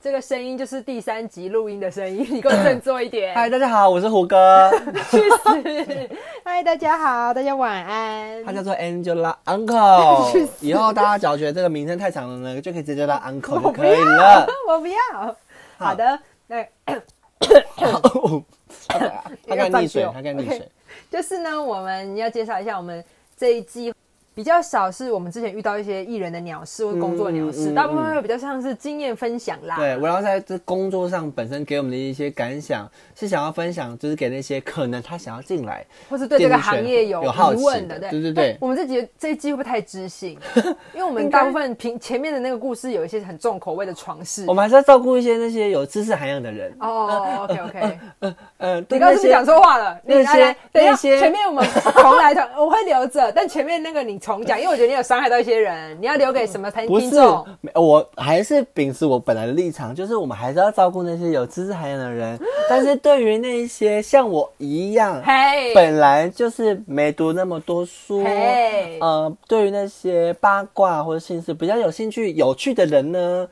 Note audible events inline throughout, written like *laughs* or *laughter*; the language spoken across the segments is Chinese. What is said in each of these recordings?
这个声音就是第三集录音的声音，你给我振作一点！嗨，大家好，我是胡歌， *laughs* 去死！嗨，大家好，大家晚安。他叫做 Angela *laughs* Uncle 去。死以后大家只要觉得这个名称太长了呢，就可以直接 *laughs* 叫他 Uncle 就我不可要 *laughs* 以了。， *laughs* 我不要。好的，那他 *laughs* 他该溺水，哦他该溺水。就是呢，我们要介绍一下我们这一季比较少是我们之前遇到一些艺人的鸟事或工作鸟事，嗯嗯嗯大部分会比较像是经验分享啦。对，我要在这工作上本身给我们的一些感想，是想要分享，就是给那些可能他想要进来，或是对这个电竞行选业手有有好疑问奇的对对对但对我们这集这一集会不会太知 *laughs* 性？因为我们大部分平前面的那个故事有一些很重口味的床事 *laughs* 我。们还是要照顾一些那些有知识涵养的人。哦，OK OK，嗯，你刚对刚那是不是些讲错话了？你那来来些，等一下，那些前面我们重来重，我会留着，但前面那个你重讲，因为我觉得你有伤害到一些人，你要留给什么听不是听众？，没我还是秉持我本来的立场，就是我们还是要照顾那些有知识涵养 *gasps* 的人。但是对于那些像我一样，嘿，本来就是没读那么多书嘿，呃，对于那些八卦或者性事比较有兴趣、有趣的人呢，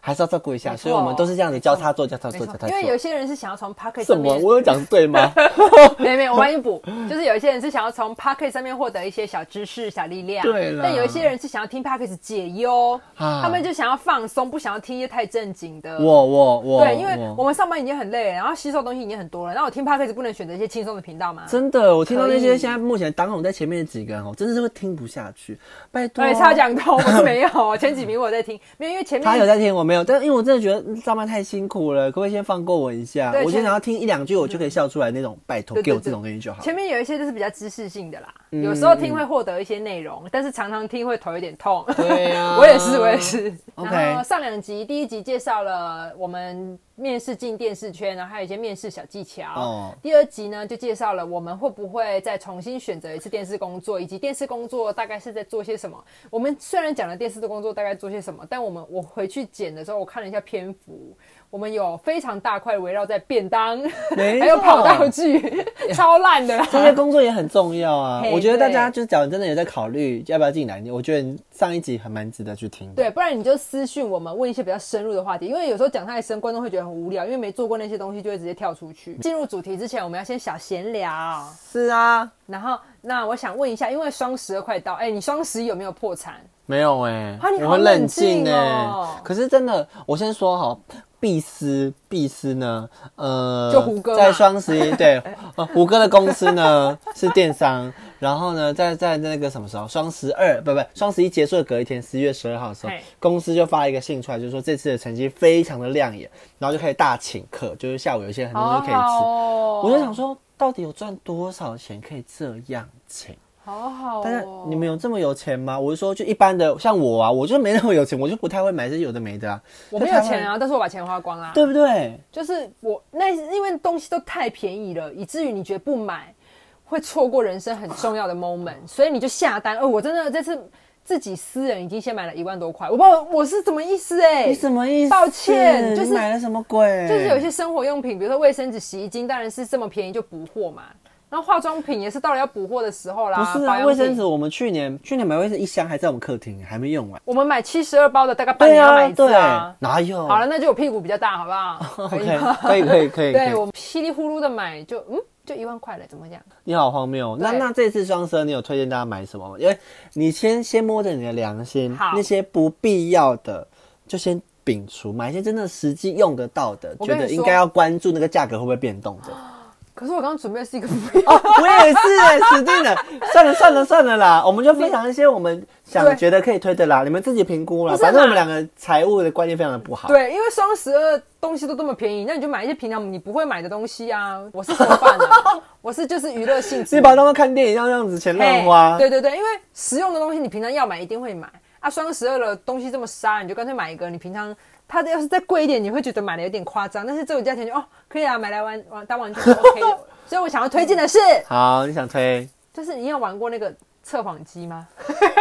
还是要照顾一下。没错所以我们都是这样子交叉做、交叉做、没交错叉做。因为有些人是想要从 Pocket 什上么？面，我有讲对吗？ *laughs* 没有没有，我帮你补，就是有一些人是想要从 Pocket 上面获得一些小知识、小力量，对啦但有一些人是想要听 Pocket 解忧，啊他们就想要放松，不想要听一些太正经的。我我我，对，因为我我们上班已经很累了，然后吸收东西已经很多了，那我听 Pocket 不能选择一些轻松的频道吗？真的，我听到那可些以现在目前当红在前面的几个人哦，真的是会听不下去。拜托，对，超哎讲通，我是没有，前几名我有在听，没有，因为前面他有在听，我没有，但因为我真的觉得嗯上班太辛苦了，可不可以先放过我一下？对我就先嗯想要听一两句，我就可以笑出来那种。拜托对，对给我对这种东西就好。嗯前面有一些就是比较知识性的啦，有时候听会获得一些内容，但是常常听会头有点痛。对呀 *laughs* 我也是，我也。是。 OK 然后上两集，第一集介绍了我们面试进电视圈，然后还有一些面试小技巧。哦第二集呢，就介绍了我们会不会再重新选择一次电视工作，以及电视工作大概是在做些什么。我们虽然讲了电视的工作大概做些什么，但我们我回去剪的时候，我看了一下篇幅，我们有非常大块围绕在便当，没 *laughs* 还有错跑道 *laughs* 具，超烂的啦。这些工作也很重要啊嘿，我觉得大家对就是，假如真的有在考虑要不要进来，你我觉得你上一集还蛮值得去听的。对，不然你就私讯我们问一些比较深入的话题，因为有时候讲太深，观众会觉得很无聊，因为没做过那些东西，就会直接跳出去。进入主题之前，我们要先小闲聊。是啊，然后，那我想问一下，因为双十二快到，哎、你双十一有没有破产？没有哎、啊你我好很冷冷静静哎、哦可是真的，我先说好，必思必思呢，呃，就胡歌嘛在双十 *laughs* 一对，呃，胡歌的公司呢是电商，然后呢，在在那个什么时候，双十二不不，双十一结束的隔一天，十一月十二号的时候嘿，公司就发一个信出来，就是说这次的成绩非常的亮眼，然后就开始大请客，就是下午有一些很多东西可以吃，好哦，我就想，说，到底有赚多少钱可以这样请？好好、哦，但是你们有这么有钱吗？我是说，就一般的，像我啊，我就没那么有钱，我就不太会买这些有的没的啊。我没有钱啊，但是我把钱花光啦、对不对？就是我那因为东西都太便宜了，以至于你觉得不买会错过人生很重要的 moment，所以你就下单。哦，我真的这次自己私人已经先买了一万多块，我不知道我是什么意思哎、你什么意思？抱歉就是你买了什么鬼？就是有一些生活用品，比如说卫生纸、洗衣精，当然是这么便宜就补货嘛。然后化妆品也是到了要补货的时候啦，不是保啊，养卫生品纸，我们去年去年买卫生纸一箱还在我们客厅，还没用完。我们买七十二包的，大概半对年要买啊，一次对啊，。哪有？好了，那就我屁股比较大，好不 *laughs* 好？可以，OK，吗可以可以可以。可 *laughs* 以对我稀里呼噜的买，就嗯，就一万块了，怎么讲？你好荒谬、哦。那对那这次双十二，你有推荐大家买什么吗？因为你先先摸着你的良心，好那些不必要的就先摒除，买一些真的实际用得到的，我觉跟你得应说该要关注那个价格会不会变动 *laughs* 的。可是我刚刚准备的是一个 *laughs* 不要哦，我也是哎，死定了！算了算了算了啦，我们就分享一些我们对想觉得可以推的啦，你们自己评估啦。不是嘛反正我们两个财务的观念非常的不 *laughs* 好。对，因为双十二东西都这么便宜，那你就买一些平常你不会买的东西啊。我是什么饭 *laughs* 啊？我是就是娱乐性质。你把它当做看电影一样，这样子钱乱花嘿。对对对，因为实用的东西你平常要买一定会买啊。双十二的东西这么杀，你就干脆买一个你平常。它的要是再贵一点，你会觉得买的有点夸张，但是这种价钱就哦可以啊，买来玩玩当玩具是 *laughs* OK 的。所以我想要推荐的是，好，你想推？就是你有玩过那个测谎机吗？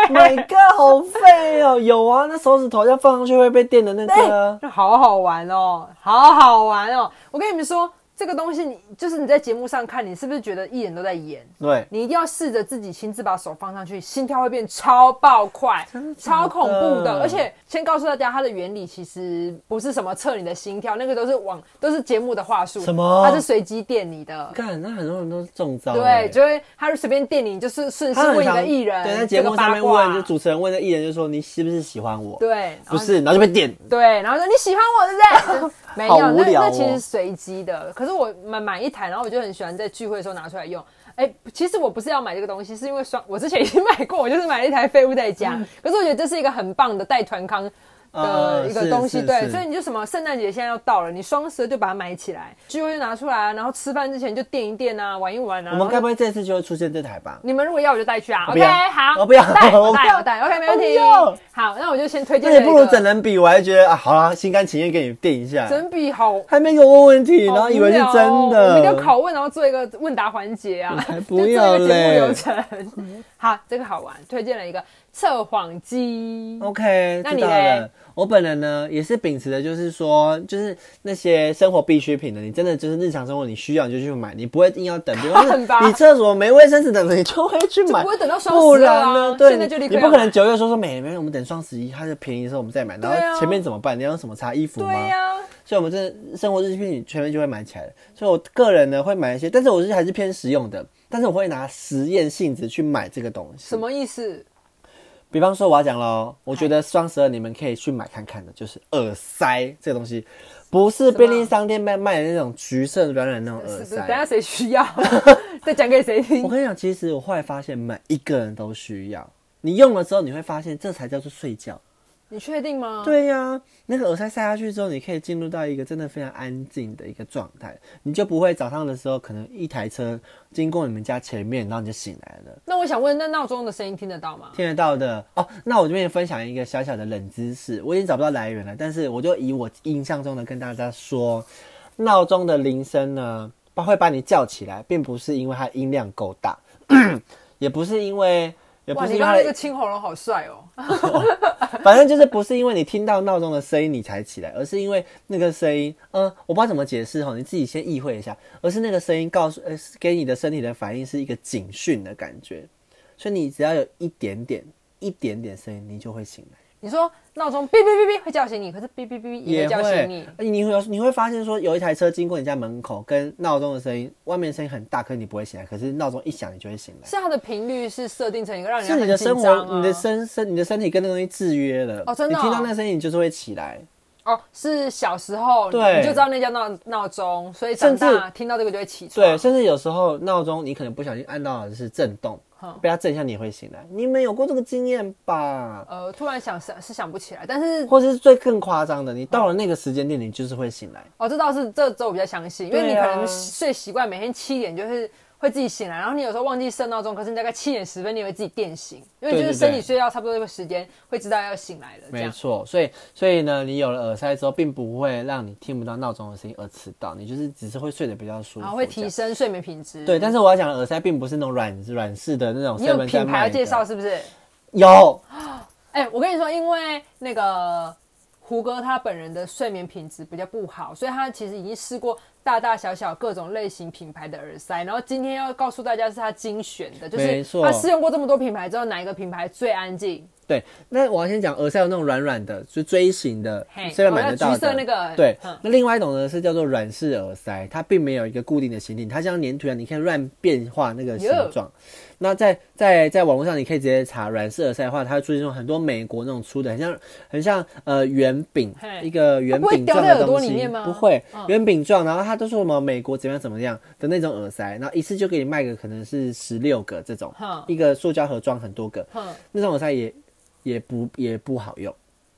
每个好废哦，有啊，那手指头要放上去会被电的那个啊。好好玩哦，好好玩哦！我跟你们说，这个东西你就是你在节目上看，你是不是觉得艺人都在演？对，你一定要试着自己亲自把手放上去，心跳会变超爆快，超恐怖的。而且先告诉大家，它的原理其实不是什么测你的心跳，那个都是网都是节目的话术，什么它是随机电你的。看那很多人都是中招欸，对，就会他就随便电你，就是顺势他很问你的常艺人，对，在节这目个八上面卦问，就主持人问那艺人就说你是不是喜欢我？，对，不然后是，然后就被点，对，然后说你喜欢我对不对？ *laughs* 没好有，无那聊那哦其实是随机的。可是我买买一台，然后我就很喜欢在聚会的时候拿出来用。哎，其实我不是要买这个东西，是因为双我之前已经买过，我就是买了一台废物在家。 *laughs* 可是我觉得这是一个很棒的带团康。的呃一个是东西，是对，是所以你就什么圣诞节现在要到了，你双十二就把它买起来，聚会就拿出来啊，然后吃饭之前就垫一垫啊，玩一玩啊。我然们后该不会这次就会出现这台吧？你们如果要我就带去啊我不，OK，要好，我不要带我我不带要我带，OK，没问我不题要。好，那我就先推荐那这也个。不如整人比，我还觉得啊，好啦，心甘情愿给你垫一下，整比好还没给我问问题，然好后无以为是聊哦真我的，们就拷问，然后做一个问答环节 *laughs* 啊，才 *laughs* 就不做一要个节目嘞流程。好，这个好玩，推荐了一个测谎机。哦 OK，那知你道嘞了。我本人呢，也是秉持的，就是说，就是那些生活必需品的，你真的就是日常生活你需要你就去买，你不会硬要等。比方很吧说，你厕所没卫生纸的，你就会去就买，不会等到双十二啊不然呢，对，现在就立刻要你不可能买九月说说美没有，我们等双十一它就便宜的时候我们再买，然对后啊前面怎么办？你要用什么擦衣服吗？对呀、所以我们这生活日用品全面就会买起来了。所以我个人呢会买一些，但是我是还是偏实用的，但是我会拿实验性质去买这个东西。什么意思？比方说我要讲喽，我觉得双十二你们可以去买看看的，就是耳塞这个东西，不是便利商店卖卖的那种橘色软软那种是耳不是？等下呃塞。谁需 *laughs* 要，再讲给谁我听？跟你讲，其实我后来发现每一个人都需要，你用了之后你会发现这才叫做睡觉。你确定吗？，对呀、那个耳塞塞下去之后，你可以进入到一个真的非常安静的一个状态，你就不会早上的时候可能一台车经过你们家前面，然后你就醒来了。那我想问，那闹钟的声音听得到吗？听得到的哦。那我这边分享一个小小的冷知识，我已经找不到来源了，但是我就以我印象中的跟大家说，闹钟的铃声呢，它会把你叫起来，并不是因为它音量够大， *coughs* 也不是因为。也不哇，是你因为刚它刚那的个青喉咙好帅哦！ *laughs* 反正就是不是因为你听到闹钟的声音你才起来，而是因为那个声音，嗯，我不知道怎么解释哈，你自己先意会一下，而是那个声音告诉，呃，给你的身体的反应是一个警讯的感觉，所以你只要有一点点、一点点声音，你就会醒来。你说闹钟哔哔哔哔会叫醒你，可是哔哔哔哔也也会叫会醒你，，而且你会有你会发现说，有一台车经过你家门口，跟闹钟的声音，外面的声音很大，可是你不会醒来，可是闹钟一响你就会醒来，是它的频率是设定成一个让人家是你很的紧生张啊活，你的身身你的身体跟那个东西制约了。哦真的哦你听到那个声音，你就是会起来。哦，是小时候对你就知道那叫闹闹钟，所以长甚大至听到这个就会起床。对，甚至有时候闹钟你可能不小心按到的是震动哼，被它震一下你也会醒来。你们有过这个经验吧？呃，突然想想是想不起来，但是或者是最更夸张的，你到了那个时间点，你就是会醒来。哦，这倒是这这我比较相信，因为对你可啊能睡习惯，每天七点就是会自己醒来，然后你有时候忘记设闹钟，可是你大概七点十分你也会自己电醒，因为对就是对生理对睡觉差不多这个时间会知道要醒来了，这没样。错，所以所以呢，你有了耳塞之后，并不会让你听不到闹钟的声音而迟到，你就是只是会睡得比较舒服，哦然后会这提样。升睡眠品质。对，但是我要讲的耳塞并不是那种软软式的那种你有 7-Eleven 在品牌卖要的介绍是不是？有，哎、我跟你说，因为那个胡歌他本人的睡眠品质比较不好，所以他其实已经试过大大小小各种类型品牌的耳塞。然后今天要告诉大家是他精选的，就没是错他试用过这么多品牌之后，哪一个品牌最安静？对，那我要先讲耳塞有那种软软的，就锥形的嘿，虽然买得到哦那橘的。色那个对嗯，那另外一种呢是叫做软式耳塞，它并没有一个固定的形体，它像粘土一样，你可以乱变化那个形哟状。那在在在网络上，你可以直接查软式耳塞的话，它会出现那种很多美国那种粗的，很像很像呃圆饼嘿，一个圆它不会饼掉状在的耳朵东里西面吗，不会嗯圆饼状，然后它都说什么美国怎么样怎么样的那种耳塞，然后一次就给你卖个可能是十六个这种哼，一个塑胶盒装很多个，哼，那种耳塞也也不也不好用。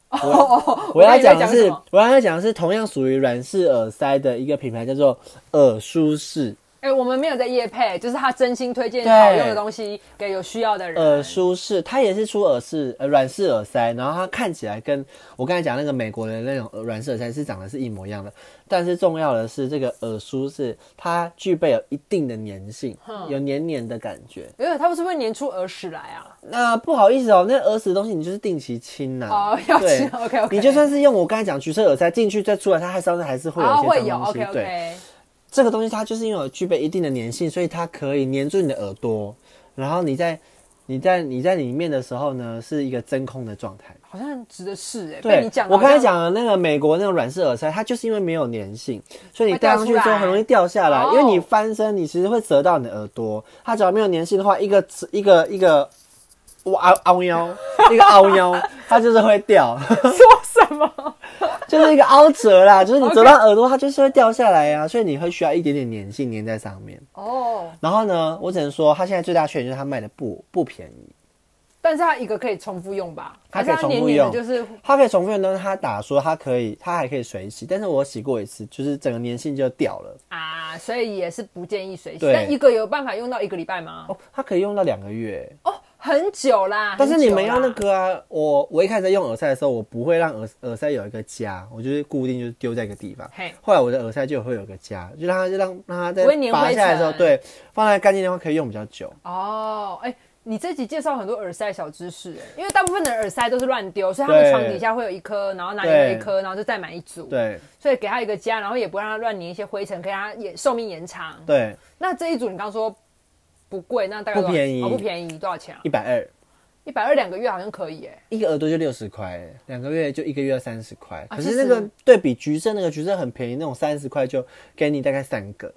哦我要讲的什是么，我要讲的是同样属于软式耳塞的一个品牌，叫做耳舒适。哎、我们没有在夜配，就是他真心推荐对呃好用的东西给有需要的人。耳舒适，它也是出耳式呃软式耳塞，然后它看起来跟我刚才讲那个美国的那种呃软式耳塞是长得是一模一样的，但是重要的是这个耳舒适它具备有一定的粘性，有黏黏的感觉。因为他们是不是年出耳屎来啊？那不好意思哦，那耳屎的东西你就是定期清呐、哦要对清 OK，OK 你就算是用我刚才讲橘色耳塞进去再出来，它还是还是会有一啊，些会脏有东西。 ，OK 对， OK，这个东西它就是因为有具备一定的粘性，所以它可以粘住你的耳朵，然后你在你在你在里面的时候呢，是一个真空的状态。好像值得试哎、欸。被对你讲，我刚才好像，讲的那个美国那种软式耳塞，它就是因为没有粘性，所以你会戴掉上去出之后来很容易掉下来，哦因为你翻身，你其实会折到你的耳朵。它只要没有粘性的话，一个一个一个。哇凹 *laughs* 凹腰，一个凹腰，它就是会掉，说 *laughs* 什么？就是一个凹折啦，就是你折到耳朵，它就是会掉下来呀、所以你会需要一点点粘性粘在上面。哦，然后呢，我只能说，它现在最大缺点就是它卖的不不便宜，但是它一个可以重复用吧？它可以还是重复黏黏的用就是它可以重复用，但是它打说它可以，它还可以水洗，但是我洗过一次，就是整个粘性就掉了。啊，所以也是不建议水洗。对但一个有办法用到一个礼拜吗？哦，它可以用到两个月，哦，很久啦。哦但是很久你们啦要那个啊，我我一开始在用耳塞的时候，我不会让耳耳塞有一个夹，我就是固定就是丢在一个地方嘿。后来我的耳塞就会有个夹，就让它就让让它在不会粘拔灰下来的时候，尘对，放在干净的话可以用比较久。哦，哎、你这集介绍很多耳塞小知识、哎，因为大部分的耳塞都是乱丢，所以他们对床底下会有一颗，然后哪里有对一颗，然后就再买一组。，对所以给他一个家，然后也不让他乱粘一些灰尘，给他也寿命延长。对，那这一组你刚说不贵，那大概不多少便宜哦，不便宜，多少钱啊？一百二。一百二两个月好像可以、哎，一个耳朵就六十块，两个月就一个月三十块。可其是啊实那个对比橘色，那个橘色很便宜，那种三十块就给你大概三个，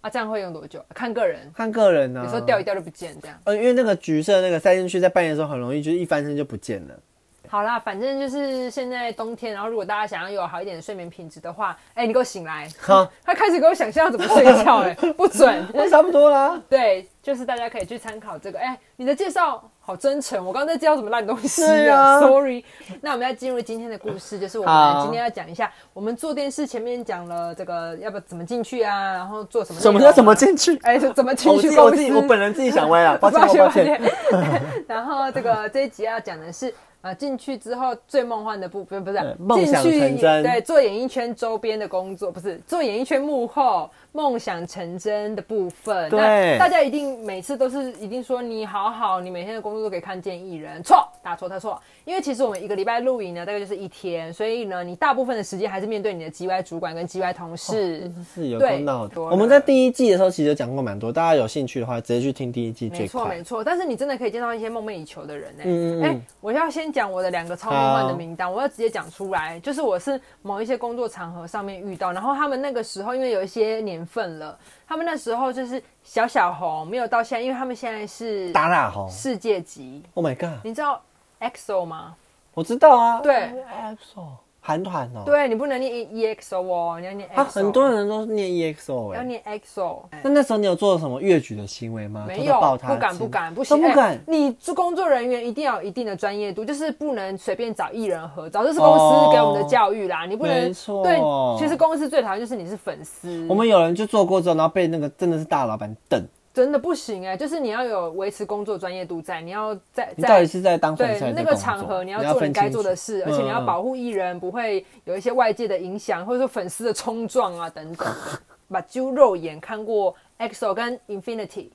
啊，这样会用多久？看个人，看个人呢、有时候掉一掉就不见这样。呃，因为那个橘色那个塞进去，在半夜的时候很容易就是一翻身就不见了。嗯好啦，反正就是现在冬天，然后如果大家想要有好一点的睡眠品质的话，哎、你给我醒 *laughs* 来，好，他开始给我想象怎么睡觉、 *laughs* 哎，不准。那差不多啦。对，就是大家可以去参考这个。哎、你的介绍好真诚，我刚刚在介绍什么烂东西对啊 s o r r y 那我们要进入今天的故事，就是我好们今天要讲一下，我们做电视前面讲了这个要不要怎么进去啊，然后做什么、什么叫怎么？进去？哎、怎么哦进我自去己公司？我自己我本人自己想 *laughs* 歪了，抱歉抱歉抱抱歉。歉。 *laughs* 然后这个这一集要讲的是。呃，进去之后最梦幻的部分不是对啊梦进想去成真对，做演艺圈周边的工作不是做演艺圈幕后梦想成真的部分。对那大家一定每次都是一定说你好好，你每天的工作都可以看见艺人，错，打错，他错。因为其实我们一个礼拜录影呢，大概就是一天，所以呢，你大部分的时间还是面对你的 G Y 主管跟 G Y 同哦事。是有对够闹的。多了我们在第一季的时候其实有讲过蛮多，大家有兴趣的话直接去听第一季没最错没快。错，但是你真的可以见到一些梦寐以求的人呢、欸。嗯嗯嗯哎、我要先讲我的两个超梦幻的名单，我要直接讲出来，就是我是某一些工作场合上面遇到，然后他们那个时候因为有一些年份了，他们那时候就是小小红，没有到现在，因为他们现在是打打红世界级， ，Oh my god！你知道 EXO 吗？我知道啊。对，EXO 韩团哦。对你不能念 EXO 哦，你要念 EXO，、啊，很多人都是念 EXO 哎、要念 E EXO。那那时候你有做什么越矩的行为吗？没偷啊偷有抱，他不的敢亲不敢，不都行，不哎敢。你做工作人员一定要有一定的专业度，就是不能随便找艺人合照，这是公司给我们的教育啦。你不能没错对，其实公司最讨厌就是你是粉丝，我们有人就做过之后，然后被那个真的是大老板瞪，真的不行哎、就是你要有维持工作专业度在，你要在你到底在。是在当粉对丝还是在那个工作场合，你要要做你分该清做的楚事，而且你要嗯保护艺人不会有一些外界的影响，或者说粉丝的冲撞啊等 *laughs* 等。把揪肉眼看过 EXO 跟 Infinity，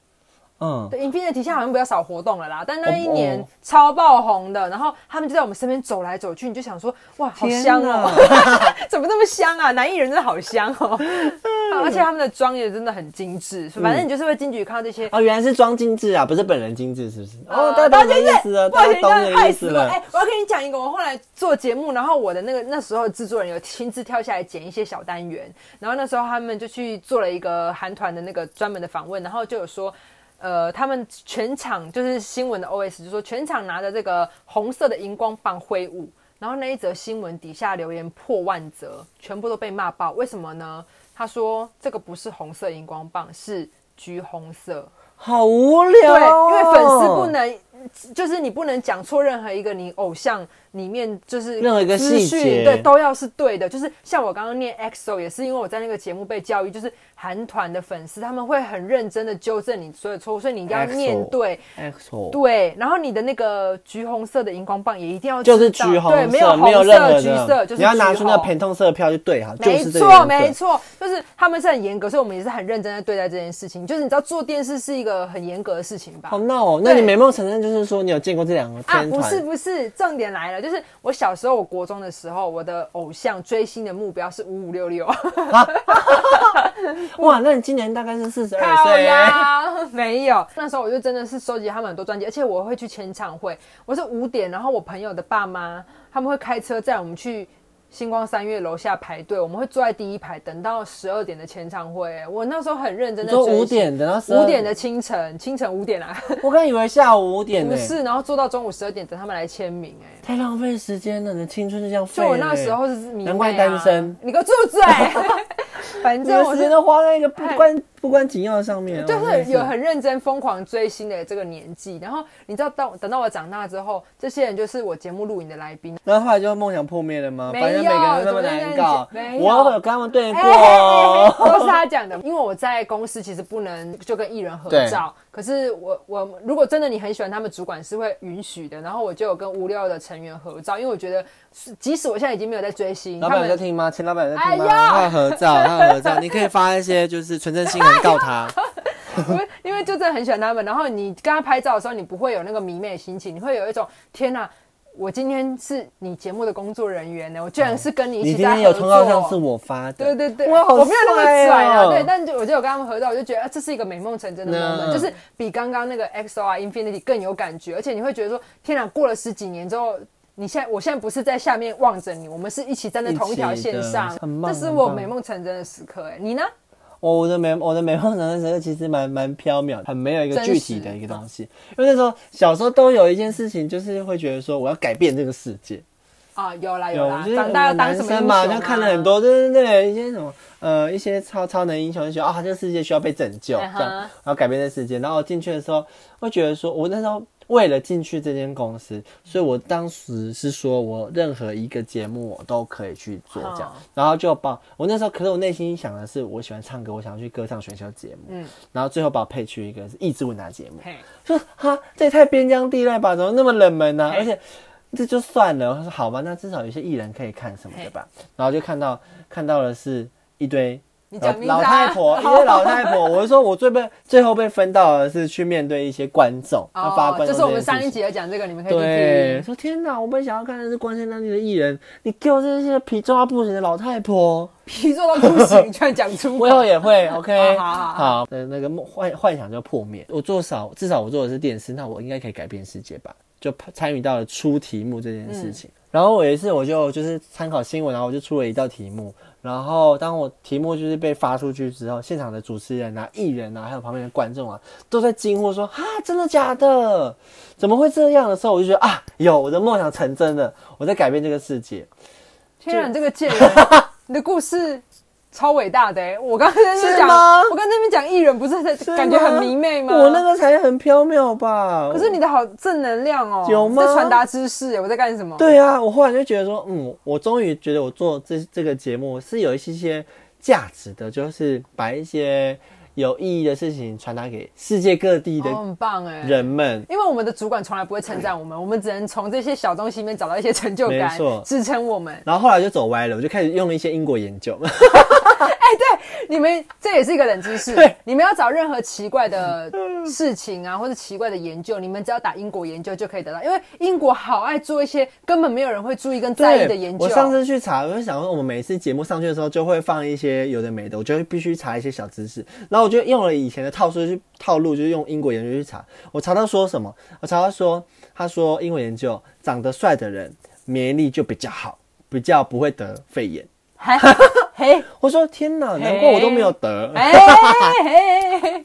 嗯，对，Infinity 现在好像比较少活动了啦，但那一哦年哦超爆红的，然后他们就在我们身边走来走去，你就想说，哇，好天香哦、哪 *laughs* 怎么那么香啊？男艺人真的好香哦、 *laughs* 而且他们的妆也真的很精致，反正你就是会近距离看到这些。哦，原来是装精致啊，不是本人精致，是不是？哦，呃大家大懂家你的意思哇了，大家人家懂你的害意死思我！了。哎、我要跟你讲一个，我后来做节目，然后我的那个那时候制作人有亲自跳下来剪一些小单元，然后那时候他们就去做了一个韩团的那个专门的访问，然后就有说。呃，他们全场就是新闻的 OS，就说全场拿着这个红色的荧光棒挥舞，然后那一则新闻底下留言破万则，全部都被骂爆。为什么呢？他说这个不是红色荧光棒，是橘红色。好无聊、对，哦，因为粉丝不能，就是你不能讲错任何一个你偶像里面就是任何一个资细讯节对，都要是对的。就是像我刚刚念 EXO，也是因为我在那个节目被教育，就是韩团的粉丝他们会很认真的纠正你所有错误，所以你一定要 EXO 面对。哎 EXO，对，然后你的那个橘红色的荧光棒也一定要就是知道橘红对，色，没有没有红任何的色、橘色，就是你要拿橘出那个红偏痛色的票去对好，就没是这个错，颜没色。错，就是他们是很严格，所以我们也是很认真在对待这件事情。就是你知道做电视是一个很严格的事情吧？好闹哦，那对你美梦成真就是说你有见过这两个啊，天团？不是不是，重点来了，就是我小时候， *laughs* 我国中的时候，我的偶像追星的目标是五五六六，哇，那你今年大概是四十二靠岁耶，呀，没有。那时候我就真的是收集他们很多专辑，而且我会去签唱会。我是五点，然后我朋友的爸妈他们会开车载我们去星光三月楼下排队，我们会坐在第一排等到十二点的签唱会。我那时候很认真的说五点等到12五点的，清晨，清晨五点啊，我刚以为下午五点不呢，是，然后坐到中午十二点等他们来签名、哎。太浪费时间了，你的青春就这样就废了。欸我那时候是迷妹啊、难怪单身你给我住 *laughs* 嘴！反你的正我时是间都花在一个不关不关紧要的上面，就哦真的是有很认真疯狂追星的这个年纪，然后你知道到等到我长大之后，这些人就是我节目录影的来宾。然后后来就梦想破灭了吗？没反有正每个人都那么怎么能，难搞这样讲我有跟他们对过哎哦。都是他讲的，因为我在公司其实不能就跟艺人合照，可是我我如果真的你很喜欢他们，主管是会允许的。然后我就有跟无聊的成员合照，因为我觉得是即使我现在已经没有在追星，老他板有在们听吗？钱老板有在哎听吗？呦他有合照，他有 *laughs* 合照，你可以发一些就是纯正新闻告他。因为因为就真的很喜欢他们，然后你跟他拍照的时候，你不会有那个迷妹的心情，你会有一种天哪、我今天是你节目的工作人员呢，我居然是跟 *laughs* 你一哦你起今在天有合通告上作。是我发的，对对对，哇好我没有那么帅哦拽啊，对，但就我就有跟他们合照，我就觉得、啊、这是一个美梦成真的那 moment，就是比刚刚那个 XO 啊 Infinity 更有感觉，而且你会觉得说，天哪，过了十几年之后。你现在，我现在不是在下面望着你，我们是一起站在同一条线上一起的很，棒这是我很棒美梦成真的时刻、哎，你呢？我我的美我的美梦想的时候其实蛮蛮缥缈，很没有一个具体的一个东西。因为那时候小时候都有一件事情，就是会觉得说我要改变这个世界。啊，有啦有，啦就，是长大要当男什么英生雄嘛，啊？就看了很多，对对对，一些什么呃，一些超超能英雄就觉得啊，这个世界需要被拯救，这嗯哼样，然后改变这世界。然后进去的时候，会觉得说，我那时候为了进去这间公司，所以我当时是说我任何一个节目我都可以去做这样好，然后就把我那时候，可是我内心想的是，我喜欢唱歌，我想要去歌唱选秀节目，嗯然后最后把我配去一个是益智问答节目，嘿，就哈，这也太边疆地带吧，怎么那么冷门呢、嘿而且这就算了，我说好吧，那至少有些艺人可以看什么的吧。然后就看到看到的是一堆你老讲名字啊老太 *laughs* 婆，一堆老太婆。我是说，我最被最后被分到的是去面对一些观众，要发哦，观众这件事情。就是我们上一集有讲这个，你们可以去对，听。说天哪，我本想要看的是光鲜亮丽的艺人，你给我这些皮重到不行的老太婆。皮做到不 *laughs* 行，居然讲出口我以后也会，OK，哦好好好，那那个梦幻幻想就破灭。我做少，至少我做的是电视，那我应该可以改变世界吧？就参与到了出题目这件事嗯情。然后我有一次，我就就是参考新闻，然后我就出了一道题目。然后当我题目就是被发出去之后，现场的主持人啊、艺人啊，还有旁边的观众啊，都在惊呼说：“啊，真的假的？怎么会这样？”的时候，我就觉得啊，有我的梦想成真了，我在改变这个世界。天啊，你这个贱 *laughs* 人，你的故事超伟大的、欸。我刚才在那边是讲，吗我刚才在那边讲艺人，不是在吗感觉很迷妹吗？我那个才很缥缈吧？可是你的好正能量哦、有吗在传达知识、欸，我在干什么？，对啊，我后来就觉得说，嗯，我终于觉得我做这这个节目是有一些些价值的，就是把一些有意义的事情传达给世界各地哦、的很棒哎、人们。因为我们的主管从来不会称赞我们，我们只能从这些小东西里面找到一些成就感没错，支撑我们。然后后来就走歪了，我就开始用一些因果研究。你们这也是一个冷知识对，你们要找任何奇怪的事情啊，或者奇怪的研究，你们只要打英国研究就可以得到，因为英国好爱做一些根本没有人会注意跟在意的研究。我上次去查，我就想说，我们每次节目上去的时候就会放一些有的没的，我就必须查一些小知识。然后我就用了以前的套数去套路，就是用英国研究去查。我查到说什么？我查到说，他说英国研究长得帅的人免疫力就比较好，比较不会得肺炎。 *laughs* 嘿，嘿，我说天哪，难怪我都没有得。哎嘿，嘿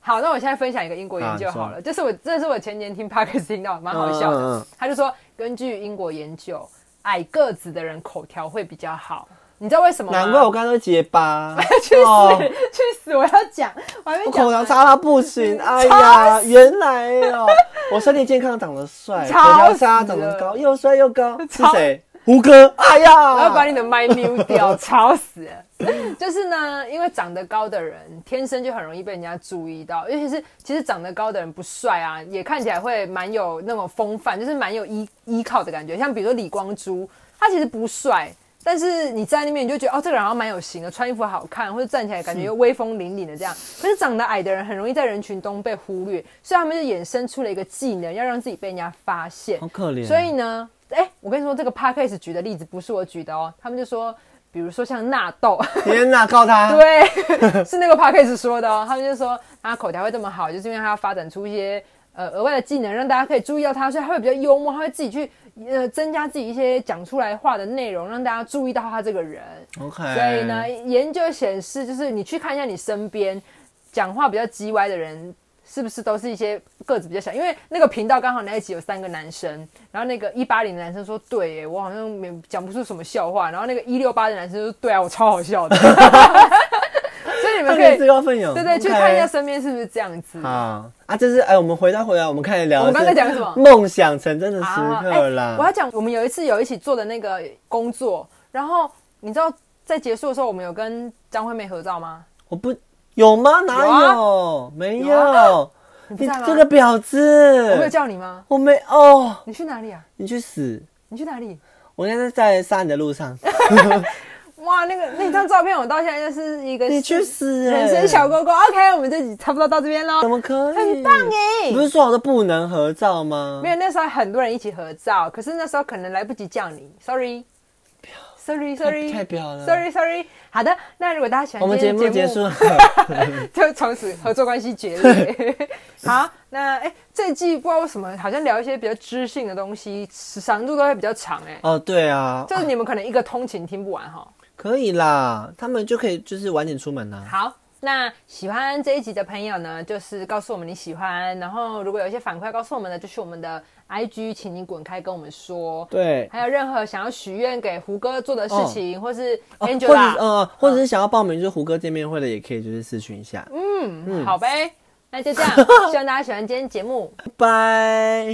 好，那我现在分享一个英国研究啊你说好了，这是我这是我前年听 Parkes 听到的，蛮好笑嗯嗯的嗯。他就说，根据英国研究，矮个子的人口条会比较好，你知道为什么吗？难怪我刚刚都结巴，去死、哦 *laughs* 去死！我要讲，我还没我哎讲口完条差到 *laughs* 不行，哎呀，原来哦，我身体健康长得 *laughs* 帅，口吵条差死长得了高，又帅又 *laughs* 高，是吵谁？*laughs* 胡歌，哎我要把呀，你的麦 mute 掉，吵死了。就是呢，因为长得高的人天生就很容易被人家注意到，尤其是其实长得高的人不帅啊，也看起来会蛮有那种风范，就是蛮有依依靠的感觉。像比如说李光洙，他其实不帅。但是你站在那边，你就觉得哦，这个人好像蛮有型的，穿衣服好看，或者站起来感觉又威风凛凛的这样。可是长得矮的人很容易在人群中被忽略，所以他们就衍生出了一个技能，要让自己被人家发现。好可怜。所以呢，哎、我跟你说，这个 p a c k a g e 举的例子不是我举的哦，他们就说。比如说像纳豆， *laughs* 天哪，告他！对，是那个 p a c k a g e 说的哦。他们就说他口条会这么好，就是因为他发展出一些呃额外的技能，让大家可以注意到他，所以他会比较幽默，他会自己去呃增加自己一些讲出来话的内容，让大家注意到他这个人。 OK，所以呢，嗯研究显示，就是你去看一下你身边讲话比较叽歪的人，是不是都是一些个子比较小？因为那个频道刚好那一集有三个男生，然后那个一八零的男生说：“对耶，我好像没讲不出什么笑话。”然后那个一六八的男生说：“对啊，我超好笑的。” *laughs* 所以你们可特别以自告奋勇，对对 OK 去看一下身边是不是这样子。好啊，这是哎，我们回到回来，我们开始聊。我们刚才讲什么梦想成真的时啊，刻啦。哎我要讲，我们有一次有一起做的那个工作，然后你知道在结束的时候，我们有跟张惠妹合照吗？我不有吗？哪有？没有。你不你啊在吗？这个婊我没有子！叫你吗？我没哦，你去哪里啊？你去死！你去哪里？我现在在杀你的路上，哇，那个那张照片，我到现在就是一个你去死！人生小狗狗。OK，我们这集差不多到这边喽怎。么可以？很棒哎你不是说好的不能合照吗？没有，那时候很多人一起合照，可是那时候可能来不及叫你，sorry。Sorry，Sorry，太太婊了 Sorry，Sorry。好的，那如果大家喜我欢们今节天的节目结目，束了，就从此合作关系决 *laughs* 裂。好，那哎、这一季不知道为什么，好像聊一些比较知性的东西，长度都会比较长哎、哦，对啊，就是你们可能一个通勤听不完哈。可以啦，他们就可以就是晚点出门啊啦。好，那喜欢这一集的朋友呢，就是告诉我们你喜欢，然后如果有一些反馈告诉我们的，就是我们的 IG，请你滚开跟我们说。对，还有任何想要许愿给胡歌做的事情，或是哦或者 Angela，、是呃，或者是想要报名就是胡歌见面会的，也可以就是私讯一下。 *laughs* 嗯，好呗，那就这样，希望大家喜欢今天节目，拜。